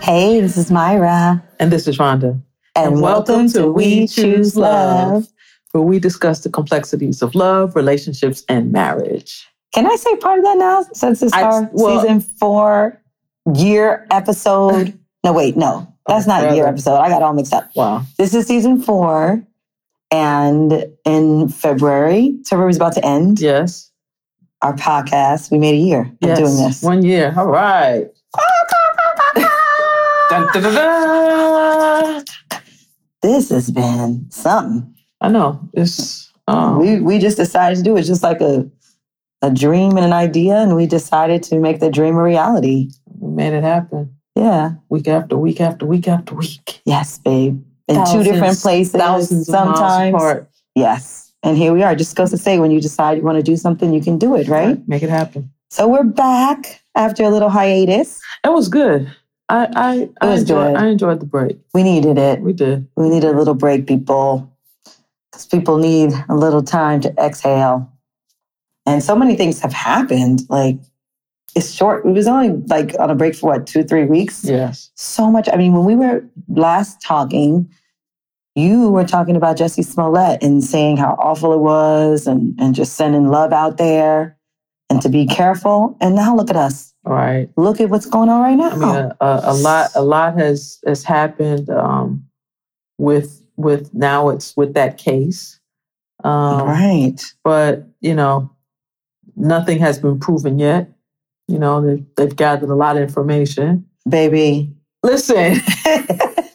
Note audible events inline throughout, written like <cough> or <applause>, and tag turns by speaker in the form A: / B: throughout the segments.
A: Hey, this is Myra.
B: And this is Rhonda.
A: And, welcome, to We Choose Love.
B: where we discuss the complexities of love, relationships, and marriage.
A: Can I say part of that now since it's
B: I-
A: our
B: well-
A: season four year <laughs> episode? No, wait, no, that's
B: Oh,
A: not year
B: brother.
A: episode. I got all mixed up.
B: Wow.
A: This is season four. And in February, so February's about to end
B: Yes.
A: our podcast. We made a year of
B: yes.
A: doing this.
B: One year. All right. Dun, dun, dun, dun.
A: <laughs> This has been something.
B: I know. It's um,
A: We we just decided to do it. It's just like a a dream and an idea, and we decided to make the dream a reality.
B: we made it happen.
A: Yeah.
B: Week after week after week after week.
A: Yes, babe. In
B: Thousands-
A: two different places.
B: Thousands of
A: sometimes.
B: miles apart.
A: Yes. And here we are. Just goes to say when you decide you want to do something, you can do it, right?
B: Make it happen.
A: So we're back after a little hiatus.
B: It was good. I I, I
A: was
B: enjoyed
A: good.
B: I enjoyed the break.
A: We needed it.
B: We did.
A: We need a little break, people. Because people need a little time to exhale. And so many things have happened. Like it's short. We was only like on a break for what, two, three weeks?
B: Yes.
A: so much. I mean, when we were last talking, you were talking about Jesse Smollett and saying how awful it was and, and just sending love out there and to be careful. And now look at us.
B: All right.
A: Look at what's going on right now.
B: I mean, a,
A: Oh.
B: a, a lot a lot has has happened um, with with now it's with that case. Um,
A: right.
B: But you know, nothing has been proven yet. You know, they've, they've gathered a lot of information.
A: Baby. <laughs>
B: Listen, <laughs>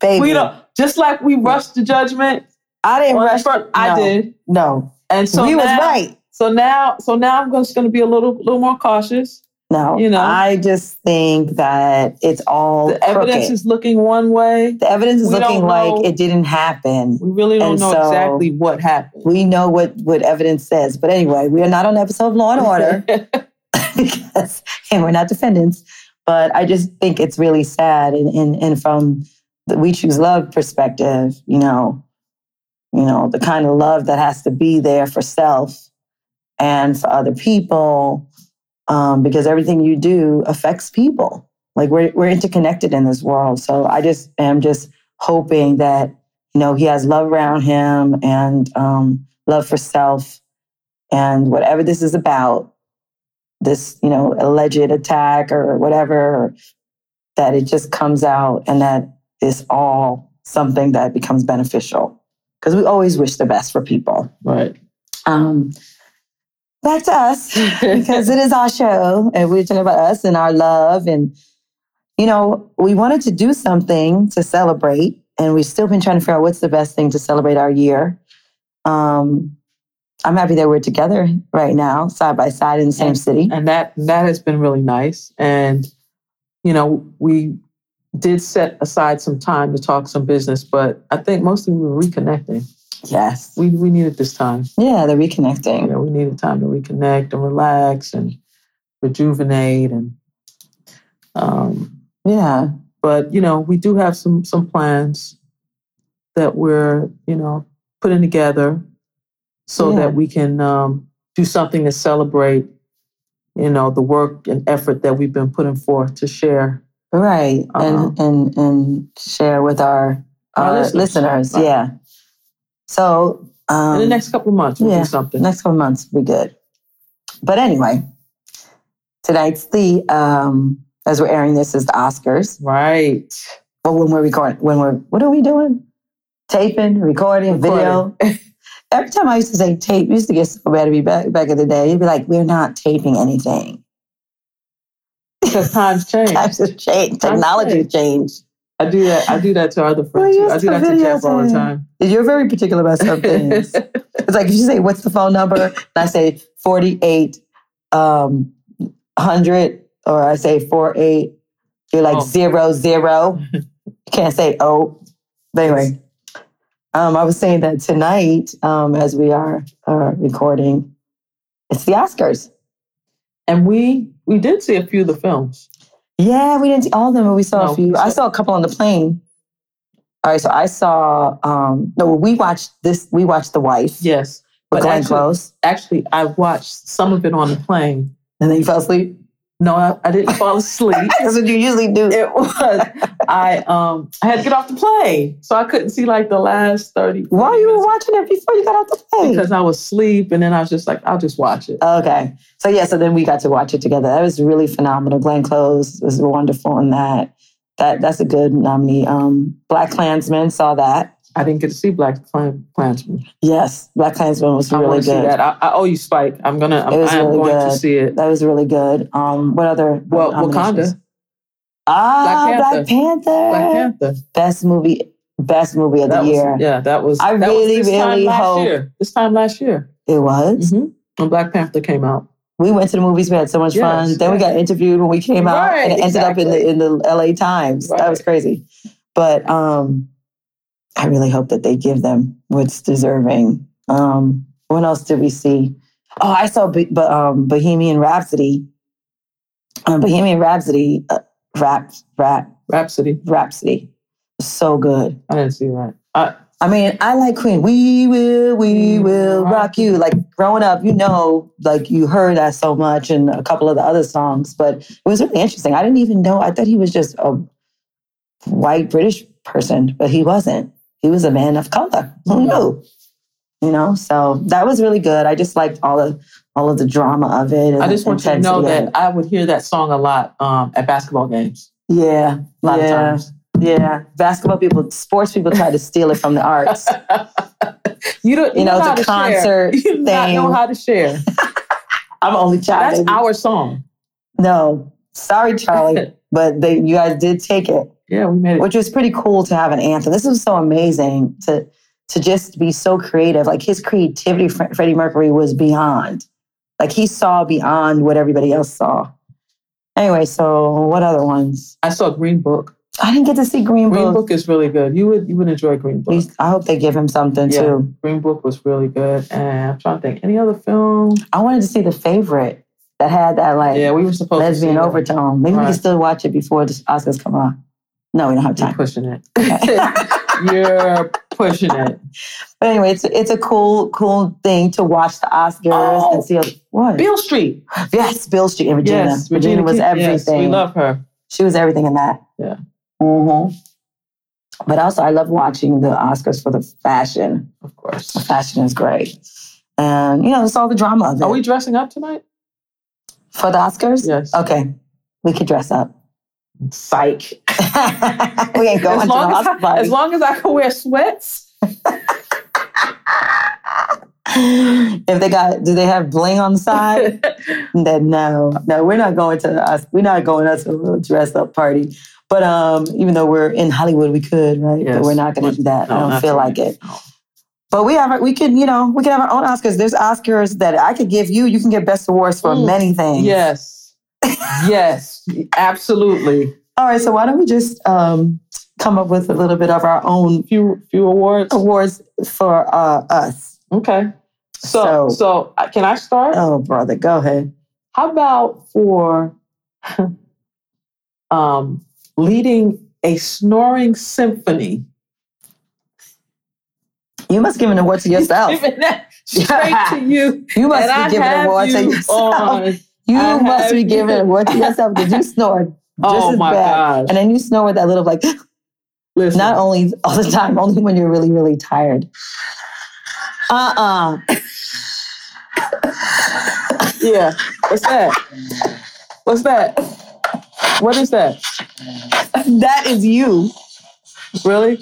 A: Baby.
B: we don't just like we rushed the judgment.
A: I didn't
B: on the
A: rush.
B: fir- I
A: no.
B: did,
A: No.
B: and so
A: we was
B: now-
A: right.
B: So now, so now I'm just going to be a little little more cautious.
A: No.
B: You know.
A: I just think that it's all
B: the evidence
A: Oh, crooked.
B: is looking one way.
A: the evidence is
B: we don't
A: looking
B: know-
A: like it didn't happen.
B: We really don't
A: And
B: know
A: so-
B: exactly what happened.
A: we know what what evidence says. But anyway, we are not on the episode of Law and Order <laughs> because and we're not defendants. But I just think it's really sad, and and, and from the We Choose Love perspective, you know, you know the kind of love that has to be there for self and for other people, um, because everything you do affects people. Like we're we're interconnected in this world, so I just am just hoping that you know he has love around him and um, love for self and whatever this is about this you know alleged attack or whatever that it just comes out and that is all something that becomes beneficial because we always wish the best for people
B: <laughs> right.
A: um, back to us because it is our show and we're talking about us and our love and you know we wanted to do something to celebrate and we've still been trying to figure out what's the best thing to celebrate our year um i'm happy that we're together right now side by side in the same city
B: and that that has been really nice. And you know, we did set aside some time to talk some business, but I think mostly we were reconnecting.
A: yes
B: We we needed this time.
A: yeah they're
B: You
A: reconnecting
B: know, we needed time to reconnect and relax and rejuvenate and um
A: yeah
B: but you know we do have some some plans that we're you know putting together so
A: Yeah.
B: that we can um, do something to celebrate you know the work and effort that we've been putting forth to share
A: right and
B: Uh-huh.
A: and and share with our,
B: Our
A: our
B: listeners.
A: listeners,
B: Right.
A: yeah so um
B: in the next couple of months we'll
A: yeah.
B: do something
A: next couple months will be good. But anyway, tonight's the um as we're airing this is the Oscars.
B: right
A: But when we're recording, when we're what are we doing? Taping, recording, video. <laughs>
B: <laughs>
A: Every time I used to say tape, it used to get so bad to be back back in the day. You'd be like, we're not taping anything.
B: because times change
A: <laughs> Times have changed. Technology changed.
B: i do that i do that to our other friends
A: We're
B: too. i do
A: used to
B: that to jeff all the
A: videotaping.
B: time
A: You're very particular about some
B: <laughs>
A: things. It's like if you say, "What's the phone number?" and I say forty-eight um, hundred, or I say four eight, you're like
B: Oh.
A: zero zero. You can't say oh. But anyway, um, I was saying that tonight, um, as we are uh, recording, it's the Oscars.
B: and we we did see a few of the films
A: Yeah, we didn't see all of them, but we saw
B: No,
A: a few.
B: we
A: I
B: saw-
A: saw a couple on the plane. All right, so I saw. Um, no, we watched this. We watched The Wife.
B: yes
A: with
B: but
A: Glenn
B: actually,
A: Close,
B: actually i watched some of it on the plane
A: and then you fell asleep.
B: No, I, I didn't
A: <laughs>
B: fall asleep.
A: That's what you usually do.
B: it was I um I had to get off the plane, so I couldn't see like the last thirty.
A: Why
B: 40
A: you were
B: minutes
A: watching it before you got out the plane?
B: Because I was asleep, and then I was just like, I'll just watch it.
A: Okay. So yeah, so then we got to watch it together. That was really phenomenal. Glenn Close was wonderful in that. That that's a good nominee. Um, Black Klansman saw that.
B: I didn't get to see Black Klan- Klansman.
A: Yes, Black Klansman was
B: I
A: really
B: want to see
A: good.
B: that.
A: That.
B: I, I owe you Spike. I'm gonna. I'm,
A: It was
B: I am
A: really
B: going to
A: good.
B: see it.
A: was really good. Um, what other?
B: Well,
A: nominations?
B: Wakanda,
A: Ah,
B: Black
A: Black Panther.
B: Black Panther.
A: Best movie. Best movie of
B: That
A: the
B: was,
A: year.
B: yeah, that was.
A: I
B: that
A: really,
B: was this time
A: really
B: last
A: hope-
B: year. This time last year,
A: It was.
B: Mhm. when Black Panther came out.
A: We went to the movies. We had so much
B: Yes,
A: fun. Then we
B: yes.
A: got interviewed when we came out,
B: Right,
A: and it ended up
B: exactly.
A: in the in the L.A. Times. That was
B: Right.
A: crazy. But um, I really hope that they give them what's deserving. Um, what else did we see? Oh, I saw Bo- Bo- um, Bohemian Rhapsody. Um, Bohemian Rhapsody, uh, rap, rap,
B: Rhapsody.
A: Rhapsody, so good.
B: I didn't see that. I,
A: I mean, I like Queen. We will, we will rock you. Like growing up, you know, like you heard that so much and a couple of the other songs, but it was really interesting. I didn't even know. I thought he was just a white British person, but he wasn't. He was a man of color. Who knew? You know, so that was really good. I just liked all of all of the drama of it. And
B: I just
A: the
B: want you to know
A: intensity of
B: that I would hear that song a lot um, at basketball games.
A: it. Yeah,
B: A lot
A: yeah,
B: of times.
A: yeah. Basketball people, sports people try to steal it from the
B: <laughs>
A: arts.
B: you don't. You,
A: You know,
B: how
A: the
B: to share.
A: concert
B: <laughs> You do not know
A: thing.
B: how to share.
A: I'm only child.
B: <laughs> That's
A: baby.
B: our song.
A: No, sorry,
B: <laughs>
A: Charlie, but they, you guys did take it,
B: Yeah, we made it.
A: which was pretty cool to have an anthem. This was so amazing to to just be so creative. Like his creativity, Fre- Freddie Mercury was beyond. Like he saw beyond what everybody else saw. Anyway, so what other ones?
B: I saw Green Book.
A: I didn't get to see Green,
B: Green
A: Book.
B: Book is really good. You would you would enjoy Green Book.
A: We- I hope they give him something
B: Yeah.
A: too.
B: Green Book was really good. And I'm trying to think, any other film?
A: I wanted to see the favorite that had that like
B: Yeah, we were supposed to. see
A: lesbian
B: that.
A: overtone. Maybe we
B: Right.
A: can still watch it before the Oscars come on. No, we don't have
B: You're
A: time.
B: pushing it. <laughs> You're pushing <laughs> it.
A: But anyway, it's it's a cool cool thing to watch the Oscars
B: Oh.
A: and see a, what?
B: Bill Street.
A: yes, Bill Street and Regina.
B: Yes,
A: Regina, was
B: King. Yes,
A: everything.
B: we love her.
A: she was everything in that.
B: Yeah.
A: hmm But also, I love watching the Oscars for the fashion.
B: Of course.
A: Fashion is great, and you know, it's all the drama of it.
B: Are we dressing up tonight?
A: for the Oscars?
B: Yes.
A: Okay, we could dress up. <laughs>
B: Psych.
A: we ain't going
B: As
A: to the
B: long as,
A: Oscar
B: I,
A: party.
B: <laughs> as long as I can wear sweats.
A: <laughs> if they got, do they have bling on the side?
B: <laughs>
A: that no, no, we're not going to the Os- we're not going out to a little dress up party. But um, even though we're in Hollywood, we could, right?
B: Yes.
A: But we're not going to do that.
B: No,
A: I don't
B: not
A: feel like
B: tonight.
A: it.
B: No.
A: But we have, our- we can, you know, we can have our own Oscars. There's Oscars that I could give you. You can get best awards for
B: Mm.
A: many things.
B: Yes. yes. Absolutely.
A: All right. So why don't we just um, come up with a little bit of our own
B: Few few awards.
A: awards for uh, us?
B: Okay. So so,
A: So-
B: uh, can I start?
A: Oh, brother, go ahead.
B: How about for <laughs> um, leading a snoring symphony?
A: You must give an award to yourself.
B: Giving that
A: <laughs>
B: straight to you.
A: Oh. You must
B: and I
A: be giving an
B: have
A: award to
B: you
A: yourself.
B: on.
A: <laughs> You
B: I have
A: must be giving
B: you.
A: an award to yourself because you snored.
B: <laughs> Oh
A: as
B: my
A: bad.
B: gosh.
A: And then you snore with that little like
B: Listen,
A: not only all the time, only when you're really, really tired. Uh-uh. <laughs>
B: yeah. What's that? What's that? What is that?
A: That is you.
B: Really?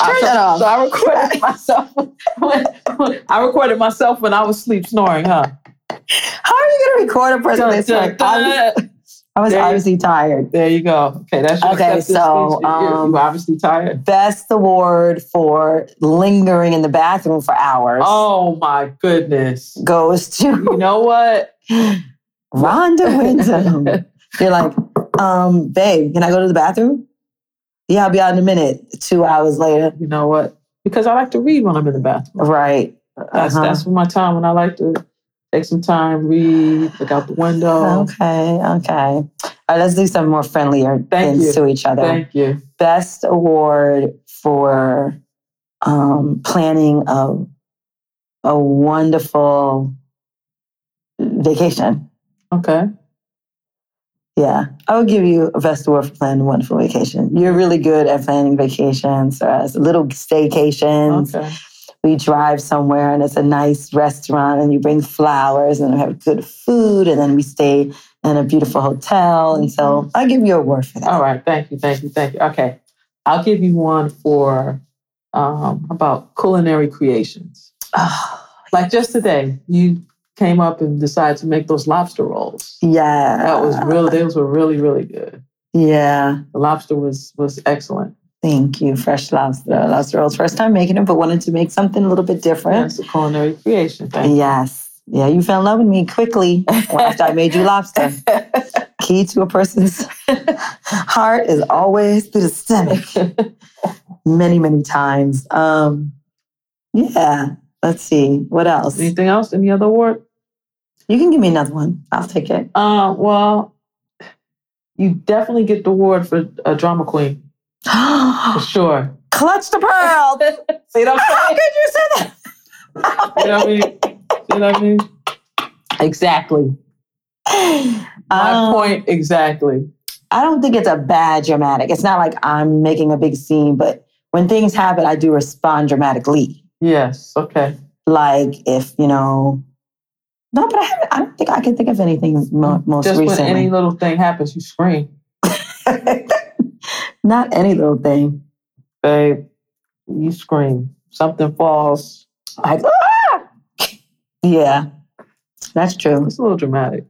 B: I,
A: Turn
B: so,
A: that off.
B: so I recorded <laughs> myself. When, I recorded myself when I was sleep snoring, huh?
A: How are you gonna record a person
B: Dun,
A: that's
B: dun,
A: like I
B: dun.
A: was
B: There you-
A: obviously tired.
B: There you go. Okay, that's your
A: Okay,
B: acceptance
A: so,
B: speech. You- you
A: um,
B: obviously tired.
A: Best award for lingering in the bathroom for hours
B: Oh my goodness.
A: goes to <laughs>
B: You know what?
A: Rhonda Wyndham. you're like, um, babe, can I go to the bathroom? Yeah, I'll be out in a minute. Two hours later.
B: <laughs> You know what? Because I like to read when I'm in the bathroom.
A: Right.
B: That's
A: Uh-huh.
B: that's my time when I like to take some time, read, look out the window.
A: Uh-huh. Okay, okay. All right, let's do some more friendlier
B: Thank
A: things
B: you.
A: to each other.
B: Thank you.
A: Best award for um, planning a, a wonderful vacation.
B: Okay.
A: Yeah, I would give you a festival for planning a wonderful vacation. You're really good at planning vacations or as little staycations.
B: Okay.
A: We drive somewhere and it's a nice restaurant, and you bring flowers and we have good food, and then we stay in a beautiful hotel. And so I give you a word for that.
B: All right. Thank you. Thank you. Thank you. Okay. I'll give you one for um, about culinary creations.
A: Oh,
B: Like just today, you came up and decided to make those lobster rolls.
A: yeah,
B: That was really, those were really, really good.
A: Yeah,
B: The lobster was was excellent.
A: thank you. Fresh lobster, lobster rolls. First time making it, but wanted to make something a little bit different.
B: That's a culinary creation. Thank
A: Yes. Yeah, you fell in love with me quickly after I made you lobster. Key to a person's <laughs> heart is always through the stomach, many, many times. Um, yeah, let's see. What else? You
B: <laughs> Anything else? Any other award?
A: can give me another one. I'll take
B: <gasps>
A: it.
B: Uh, well, you definitely get the award for a drama queen for sure.
A: Clutch the pearl.
B: <laughs> See what I'm
A: How
B: saying?
A: could you say
B: <laughs>
A: that?
B: You know what I mean? You know what I mean? Exactly. My
A: Um,
B: point exactly.
A: I don't think it's a bad dramatic. It's not like I'm making a big scene, but when things happen, I do respond dramatically.
B: Yes. Okay.
A: Like if you know, no, but I, haven't, I don't think I can think of anything mo- most
B: Just
A: recently.
B: when any little thing happens, you scream,
A: <laughs> not any little thing.
B: babe. You scream. Something falls.
A: Like, "Ah!" yeah, that's true.
B: It's a little dramatic.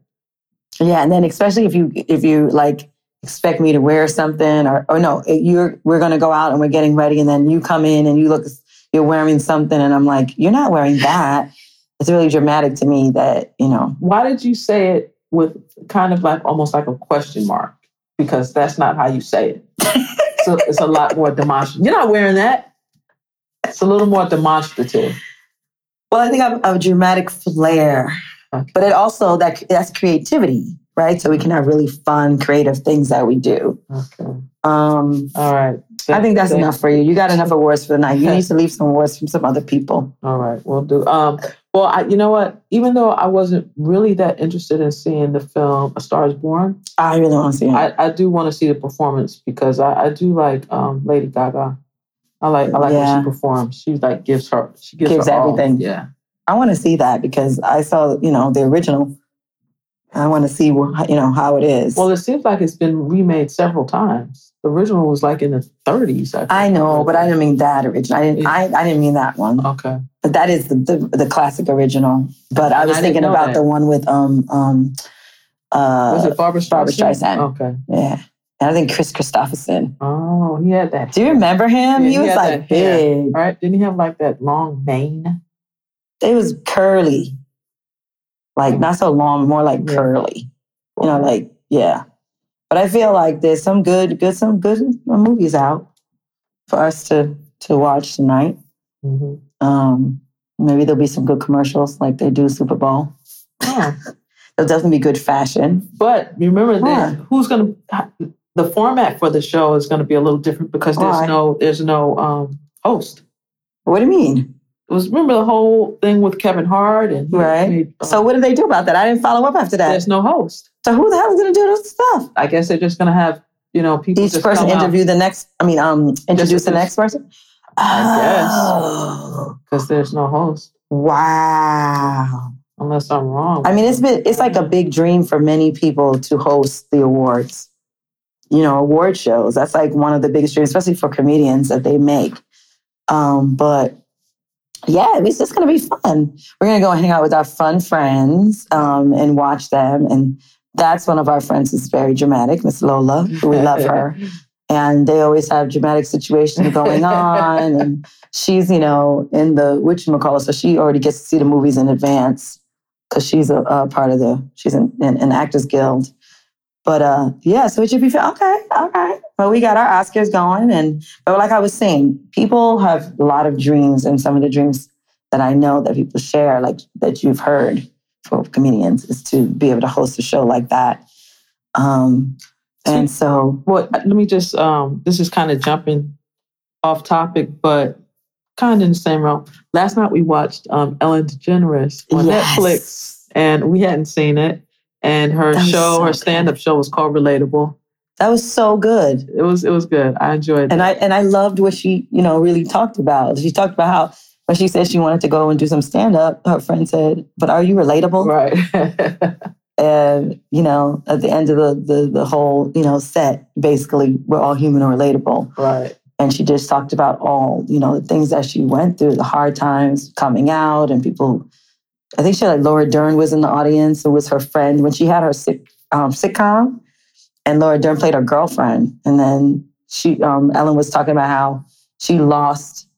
A: Yeah, and then especially if you if you like expect me to wear something or or no, you're we're gonna go out and we're getting ready, and then you come in and you look you're wearing something, and I'm like, you're not wearing that. It's really dramatic to me that you know.
B: Why did you say it with kind of like almost like a question mark? Because that's not how you say
A: <laughs>
B: it. so it's a lot more demonstrative. You're not wearing that. It's a little more demonstrative.
A: Well, I think I'm a dramatic flair,
B: Okay.
A: but it also that that's creativity, right? So we can have really fun, creative things that we do.
B: Okay.
A: Um,
B: All right.
A: I think that's
B: Thank-
A: enough for you. You got enough awards for the night. You need to leave some awards from some other people.
B: All right, we'll do. Um, well, I, you know what? Even though I wasn't really that interested in seeing the film A Star Is Born,
A: I really want to see it.
B: I, I do want to see the performance because I, I do like um, Lady Gaga. I like I like
A: Yeah.
B: when she performs. She like gives her she gives,
A: Gives
B: her all.
A: everything.
B: Yeah,
A: I want to see that because I saw, you know, the original. I want to see, wh- you know, how it is.
B: Well, it seems like it's been remade several times. The original was like in the 30s. I, think.
A: I know, but I didn't Uh, mean that original. I didn't. I, I didn't mean that one.
B: Okay.
A: But that is the the, the classic original. But I
B: And
A: was
B: I didn't
A: thinking
B: know
A: about
B: that.
A: the one with um um
B: Was
A: uh
B: it Barbara Streisand?
A: Barbra Streisand.
B: Okay.
A: yeah, and I think Chris Christopherson.
B: Oh, he had that.
A: Do you remember him?
B: Yeah,
A: he
B: he
A: was
B: had
A: like
B: that hair.
A: big.
B: All right. Didn't he have like that long mane?
A: It was curly, like not so long, more like
B: Mm. Yeah.
A: curly. You know, like yeah. But I feel like there's some good, good, some good movies out for us to to watch tonight.
B: hmm
A: Um, maybe there'll be some good commercials like they do Super Bowl.
B: Oh.
A: There'll definitely be good fashion.
B: But remember
A: Why?
B: that who's going to the format for the show is going to be a little different because there's
A: Why?
B: no there's no um, host.
A: What do you mean?
B: It was remember the whole thing with Kevin Hart and he
A: Right.
B: made, uh,
A: So what did they do about that? I didn't follow up after that.
B: there's no host.
A: So who the hell is going to do this stuff?
B: I guess they're just going to have you know people
A: Each
B: just
A: person
B: come out.
A: interview the next. I mean, um, introduce the
B: who's-
A: next person.
B: I guess.
A: Oh,
B: because there's no host
A: wow.
B: unless I'm wrong.
A: I mean, it's been it's like a big dream for many people to host the awards. You know, award shows. That's like one of the biggest dreams, especially for comedians that they make. Um, but yeah, it's just gonna be fun. We're gonna go hang out with our fun friends um, and watch them. And that's one of our friends is very dramatic, Miss Lola. We love her and they always have dramatic situations going on. and she's, you know, in the which McCall, so she already gets to see the movies in advance because she's a, a part of the she's in an, an actors guild. But uh, yeah, so it should be fun. Okay, all right. Well, we got our Oscars going, and but like I was saying, people have a lot of dreams, and some of the dreams that I know that people share, like that you've heard for comedians, is to be able to host a show like that. Um, and so
B: <laughs> Well, let me just um, this is kind of jumping off topic, but kind of in the same realm. Last night we watched um, Ellen DeGeneres on Netflix. and we hadn't seen it. And her
A: That was
B: show,
A: so
B: her stand-up show was called Relatable.
A: That was so good.
B: It was it was good. I enjoyed
A: And
B: it.
A: I and I loved what she, you know, really talked about. She talked about how when she said she wanted to go and do some stand up, her friend said, "But are you relatable?"
B: Right. <laughs>
A: And you know, at the end of the the, the whole you know set, basically, we're all human or relatable.
B: right.
A: And she just talked about all you know the things that she went through, the hard times coming out, and people. I think she had like Laura Dern was in the audience, who was her friend when she had her sick, um, sitcom, and Laura Dern played her girlfriend. And then she, um, Ellen was talking about how she lost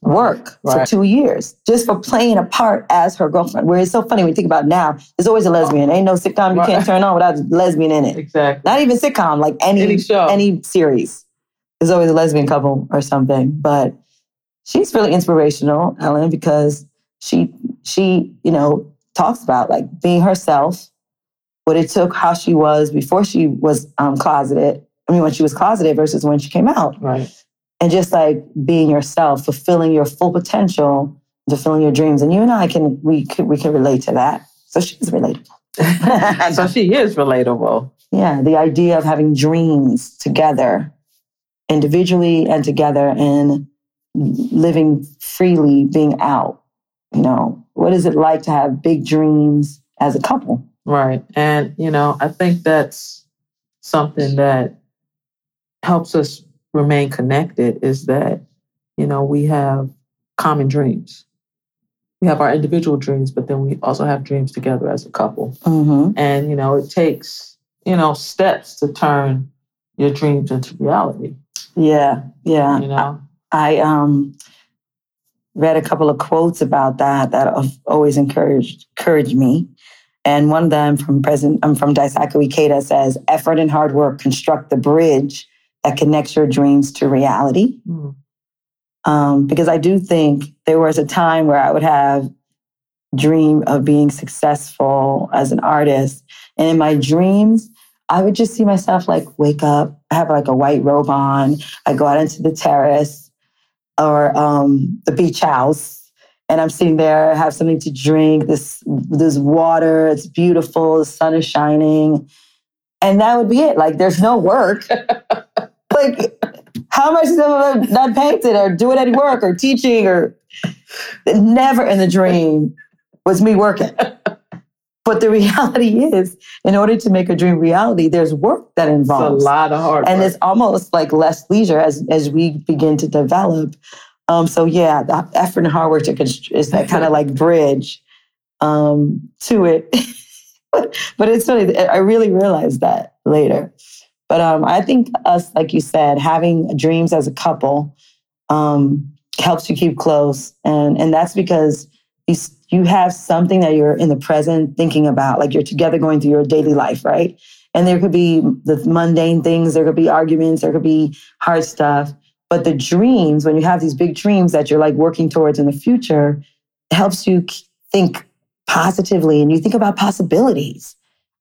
A: work for
B: Right.
A: two years just for playing a part as her girlfriend. Where it's so funny when you think about it now, there's always a lesbian. Ain't no sitcom you
B: Right.
A: can't turn on without a lesbian in
B: <laughs>
A: it.
B: Exactly.
A: Not even sitcom, like
B: Any show.
A: any series. There's always a lesbian couple or something. But she's really inspirational, Ellen, because she she, you know, talks about like being herself, what it took, how she was before she was um, closeted. I mean, when she was closeted versus when she came out.
B: right.
A: And just like being yourself, fulfilling your full potential, fulfilling your dreams. And you and I can we can, we can relate to that. So she's relatable. <laughs>
B: so she is relatable.
A: Yeah, the idea of having dreams together, individually and together, and living freely, being out. You know, what is it like to have big dreams as a couple?
B: Right. And, you know, I think that's something that helps us remain connected is that, you know, we have common dreams. We have our individual dreams, but then we also have dreams together as a couple.
A: Mm-hmm.
B: And, you know, it takes, you know, steps to turn your dreams into reality,
A: Yeah, yeah.
B: you know?
A: I um, read a couple of quotes about that that have always encouraged encouraged me. And one of them from President um, from Daisaku Ikeda says, "Effort and hard work construct the bridge that connects your dreams to reality."
B: Mm,
A: um, because I do think there was a time where I would have dream of being successful as an artist, and in my dreams, I would just see myself like wake up, I have like a white robe on, I go out into the terrace or um, the beach house. And I'm sitting there, I have something to drink. This this water, it's beautiful. The sun is shining, and that would be it. Like there's no work. <laughs> like how much have I not painted or doing any work or teaching or never in the dream was me working. But the <laughs> reality is, in order to make a dream reality, there's work that
B: It's a
A: involves
B: lot of hard
A: and
B: work.
A: it's almost like less leisure as as we begin to develop. Um, so yeah, the effort and hard work to const- is that kind of like bridge um, to it. <laughs> but, but it's funny. I really realized that later. But um, I think us, like you said, having dreams as a couple um, helps you keep close, and and that's because you s- you have something that you're in the present thinking about, like you're together going through your daily life, right? and there could be the mundane things there could be arguments there could be hard stuff but the dreams when you have these big dreams that you're like working towards in the future it helps you k- think positively and you think about possibilities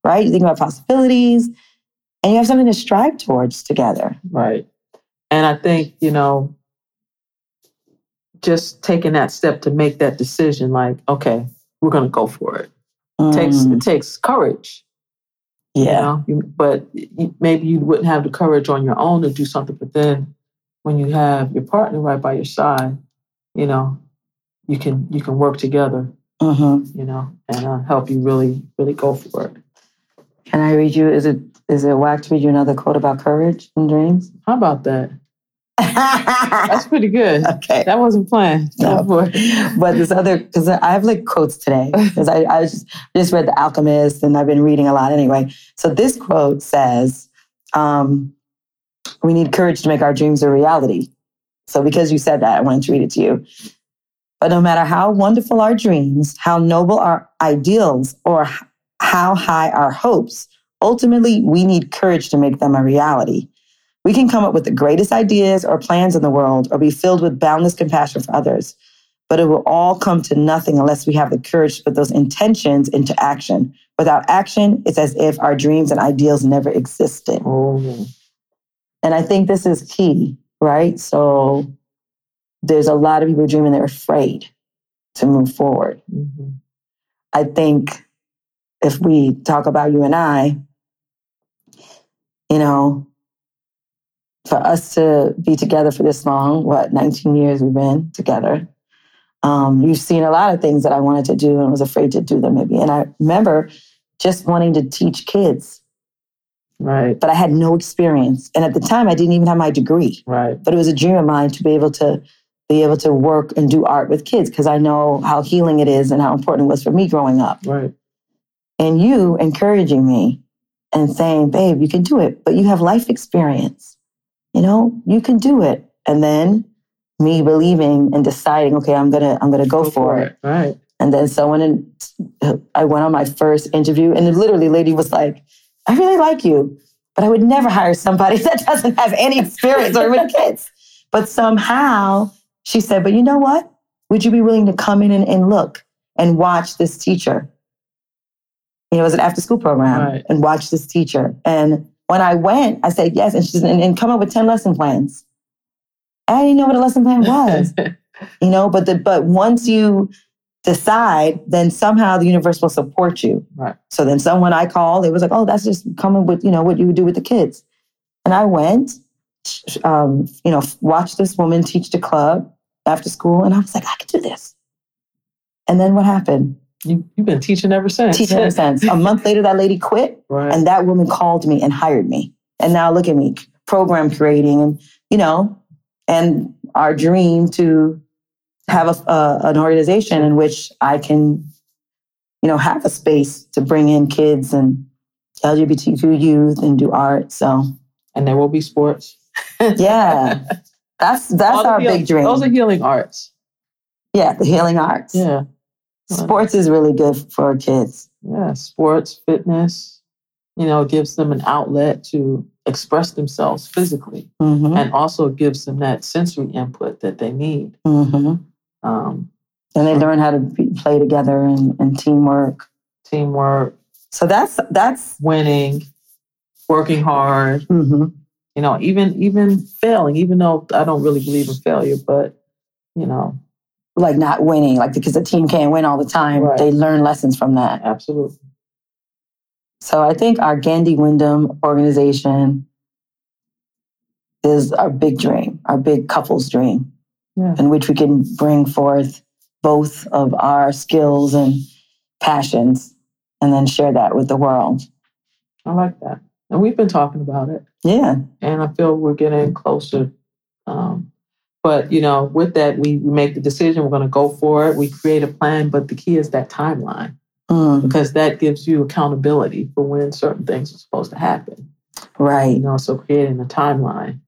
A: right you think about possibilities and you have something to strive towards together
B: Right. And I think, you know, just taking that step to make that decision, like, okay, we're going to go for it. It takes,
A: Mm,
B: it takes courage, you
A: yeah
B: know, you, but you, maybe you wouldn't have the courage on your own to do something. But then when you have your partner right by your side, you know, you can, you can work together,
A: hmm
B: you know, and uh, help you really, really go for it.
A: can i read you is it is it whack to read you another quote about courage and dreams
B: How about that? That's pretty
A: <laughs>
B: good.
A: <laughs> okay
B: That wasn't planned.
A: No.
B: Go for it. <laughs>
A: but this other because I have like quotes today because I, I just, just read The Alchemist and I've been reading a lot anyway. So this quote says, um, "We need courage to make our dreams a reality." So because you said that, I wanted to read it to you. But no matter how wonderful our dreams, how noble our ideals, or h- how high our hopes, ultimately we need courage to make them a reality. We can come up with the greatest ideas or plans in the world or be filled with boundless compassion for others but it will all come to nothing unless we have the courage to put those intentions into action. Without action, it's as if our dreams and ideals never existed.
B: Oh,
A: And I think this is key, right? So there's a lot of people dreaming
B: mm-hmm.
A: they're afraid to move forward.
B: mhm.
A: I think if we talk about you and I, you know, for us to be together for this long, what, 19 years we've been together. Um, you've seen a lot of things that I wanted to do and was afraid to do them maybe. And I remember just wanting to teach kids,
B: Right.
A: but I had no experience. And at the time I didn't even have my degree
B: Right.
A: but it was a dream of mine to be able to be able to work and do art with kids because I know how healing it is and how important it was for me growing up.
B: Right.
A: And you encouraging me and saying, babe, you can do it, but you have life experience. You know, you can do it. And then me believing and deciding, okay, I'm gonna, I'm gonna go, for it.
B: Right.
A: And then someone in, I went on my first interview, and literally, lady was like, "I really like you, but I would never hire somebody <laughs> that doesn't have any experience or with kids." But somehow she said, "But you know what? Would you be willing to come in and, and look and watch this teacher?" You know, it was an after-school program,
B: Right.
A: and watch this teacher. And when I went, I said yes, and she said, and, and come up with ten lesson plans. I didn't know what a lesson plan was you know but the but once you decide then somehow the universe will support you
B: Right.
A: so then someone i called it was like oh that's just coming with you know what you would do with the kids and i went um, you know watched this woman teach the club after school and i was like i could do this and then what happened
B: <laughs> you, you've been teaching ever since.
A: teaching in a sense a month later that lady quit
B: right.
A: and that woman called me and hired me. And now look at me, program creating, and you know, and our dream to have a, a- an organization in which I can, you know, have a space to bring in kids and LGBTQ youth and do art.
B: <laughs>
A: So
B: and there will be sports.
A: yeah, that's that's
B: All the
A: our
B: heal-
A: big dream.
B: Those are healing arts.
A: yeah, the healing arts.
B: Yeah.
A: Sports is really good for kids.
B: Yeah. Sports, fitness, you know, gives them an outlet to express themselves physically
A: hmm
B: and also gives them that sensory input that they need.
A: hmm
B: Um,
A: And they learn how to be, play together and, and teamwork.
B: teamwork,
A: So that's that's.
B: winning, working hard,
A: hmm
B: you know even even failing even though i don't really believe in failure but you know
A: like not winning, like because the team can't win all the time.
B: Right.
A: They learn lessons from that.
B: absolutely
A: So I think our Gandhi Wyndham organization is our big dream, our big couple's dream,
B: Yeah.
A: in which we can bring forth both of our skills and passions and then share that with the world.
B: i like that and we've been talking about it
A: Yeah.
B: and i feel we're getting closer um, but you know with that we we make the decision we're going to go for it we create a plan but the key is that timeline
A: Mm,
B: because that gives you accountability for when certain things are supposed to happen you
A: right.
B: know so creating a timeline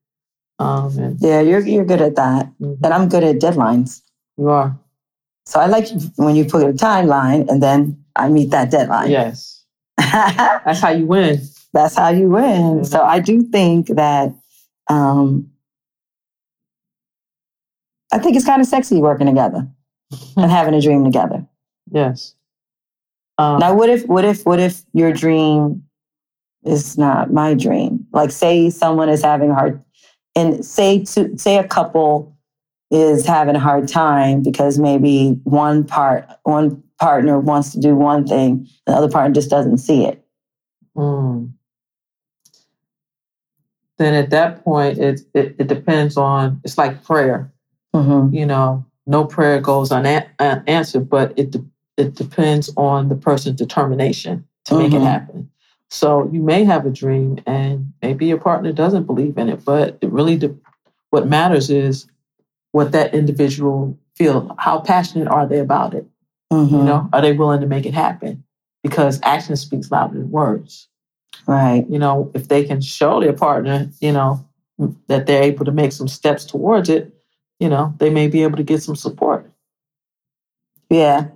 B: um, and
A: Yeah, you're, you're good at that.
B: mhm,
A: And I'm good at deadlines.
B: you are
A: So I like when you put a timeline and then I meet that deadline.
B: yes
A: <laughs>
B: that's how you win
A: that's how you win. So I do think that um, I think it's kind of sexy working together and having a dream together.
B: yes um,
A: Now, what if, what if, what if your dream is not my dream? Like, say someone is having a hard, and say to say a couple is having a hard time because maybe one part, one partner wants to do one thing, the other partner just doesn't see it.
B: Mm. Then at that point, it, it it depends on. It's like prayer,
A: Mm-hmm.
B: you know. No prayer goes unan- unanswered, but it de- it depends on the person's determination to make it
A: Mhm.
B: happen. So you may have a dream, and maybe your partner doesn't believe in it, but it really de- what matters is what that individual feel. How passionate are they about it?
A: Mm-hmm.
B: You know, are they willing to make it happen? Because action speaks louder than words
A: Right.
B: you know, if they can show their partner, you know, that they're able to make some steps towards it, you know, they may be able to get some support.
A: Yeah.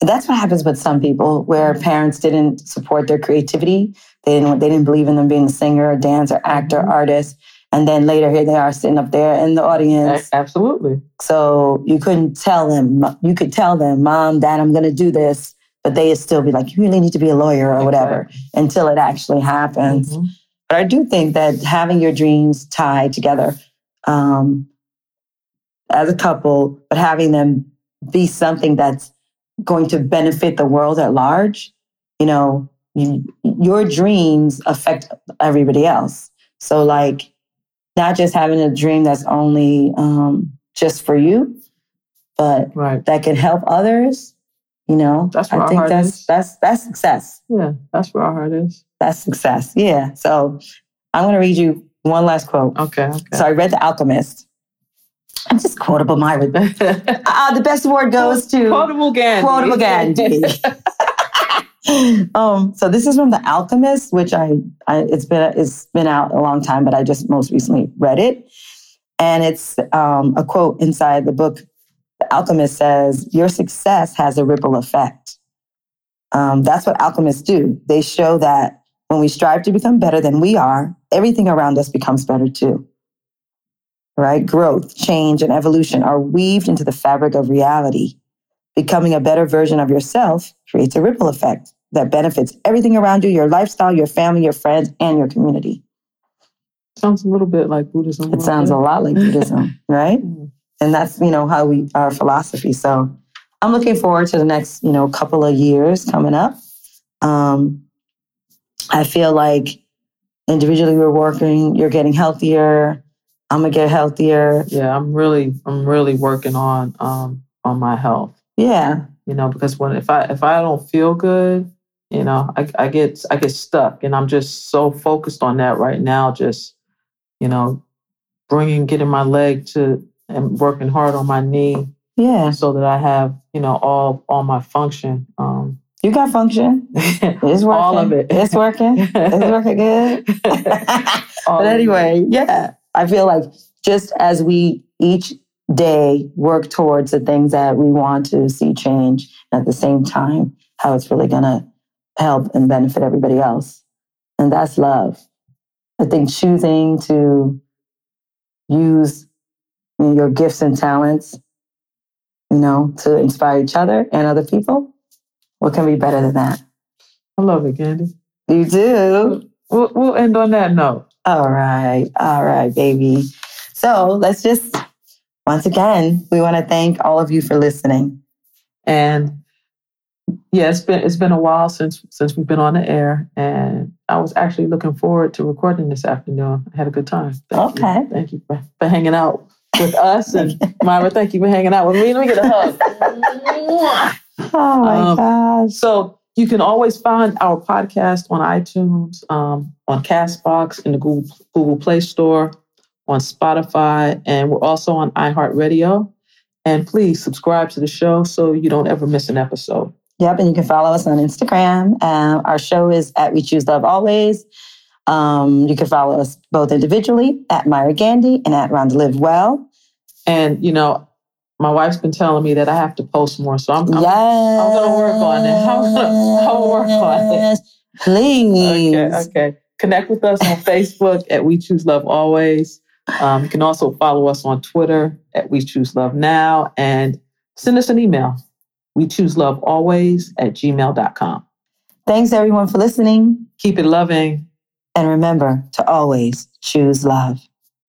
A: That's what happens with some people where parents didn't support their creativity. They didn't they didn't believe in them being a singer, dancer, actor,
B: Mhm.
A: artist. And then later here they are sitting up there in the audience.
B: A- absolutely.
A: So you couldn't tell them you could tell them, Mom, Dad, I'm gonna do this, but they'd still be like, You really need to be a lawyer or whatever until it actually happens.
B: Mhm.
A: But I do think that having your dreams tied together um, as a couple, but having them be something that's going to benefit the world at large you know, you, your dreams affect everybody else. So, like, not just having a dream that's only um, just for you, but
B: Right.
A: that can help others. You know,
B: That's where
A: I
B: our
A: think
B: heart
A: that's
B: is.
A: that's that's success.
B: Yeah. That's where our heart is.
A: That's success. Yeah. So, I'm going to read you one last quote.
B: Okay. Okay.
A: So I read The Alchemist. I'm just quotable, Myra.
B: <laughs>
A: Ah, the best award goes to
B: Quotable Gandhi.
A: Quotable <laughs> Gandhi. <laughs> um, so this is from The Alchemist, which I, I it's been it's been out a long time, but I just most recently read it, and it's um, a quote inside the book. The Alchemist says, "Your success has a ripple effect." Um, that's what alchemists do. They show that when we strive to become better than we are, everything around us becomes better too. Right? Growth, change, and evolution are weaved into the fabric of reality. Becoming a better version of yourself creates a ripple effect that benefits everything around you your lifestyle, your family, your friends, and your community.
B: Sounds a little bit like Buddhism.
A: It sounds a lot
B: <laughs>
A: like Buddhism, right? And that's, you know, how we, our philosophy. So I'm looking forward to the next, you know, couple of years coming up. Um, I feel like individually we're working, you're getting healthier. I'm going to get healthier.
B: Yeah, I'm really, I'm really working on, um, on my health.
A: Yeah.
B: You know, because when if I if I don't feel good, you know, I, I get I get stuck, and I'm just so focused on that right now. Just, you know, bringing getting my leg to and working hard on my knee
A: Yeah.
B: so that I have, you know, all all my function. Um,
A: You got function. It's working.
B: <laughs> All of it.
A: It's working.
B: <laughs>
A: It's working good.
B: All <laughs>
A: but
B: of it.
A: anyway, yeah, I feel like just as we each day work towards the things that we want to see change, at the same time, how it's really going to help and benefit everybody else. And that's love. I think choosing to use your gifts and talents, you know, to inspire each other and other people, what can be better than that?
B: I love it, Candy.
A: You do.
B: We'll, we'll end on that note.
A: All right. All right, baby. So let's just, once again, we want to thank all of you for listening.
B: And yeah, it's been it's been a while since since we've been on the air, and I was actually looking forward to recording this afternoon. I had a good time. Thank you.
A: Okay.
B: Thank you for, for hanging out with us, and Myra, thank you for hanging out with me. Let me get a hug.
A: Oh, my
B: Um,
A: gosh.
B: so you can always find our podcast on iTunes, um, on Castbox, in the Google Google Play Store, on Spotify, and we're also on iHeartRadio. And please subscribe to the show so you don't ever miss an episode.
A: Yep. And you can follow us on Instagram. Um, our show is at We Choose Love Always. Um, you can follow us both individually at Myra Gandy and at Rhonda Live Well.
B: And you know, my wife's been telling me that I have to post more, so I'm, I'm
A: yes. I'm
B: gonna work on it. I'm gonna- I'll <laughs> work on it.
A: Please.
B: okay. Okay, connect with us on Facebook at We Choose Love Always. Um, you can also follow us on Twitter at We Choose Love Now, and send us an email. We choose love always at gmail.com.
A: Thanks, everyone, for listening.
B: Keep it loving.
A: And remember to always choose love.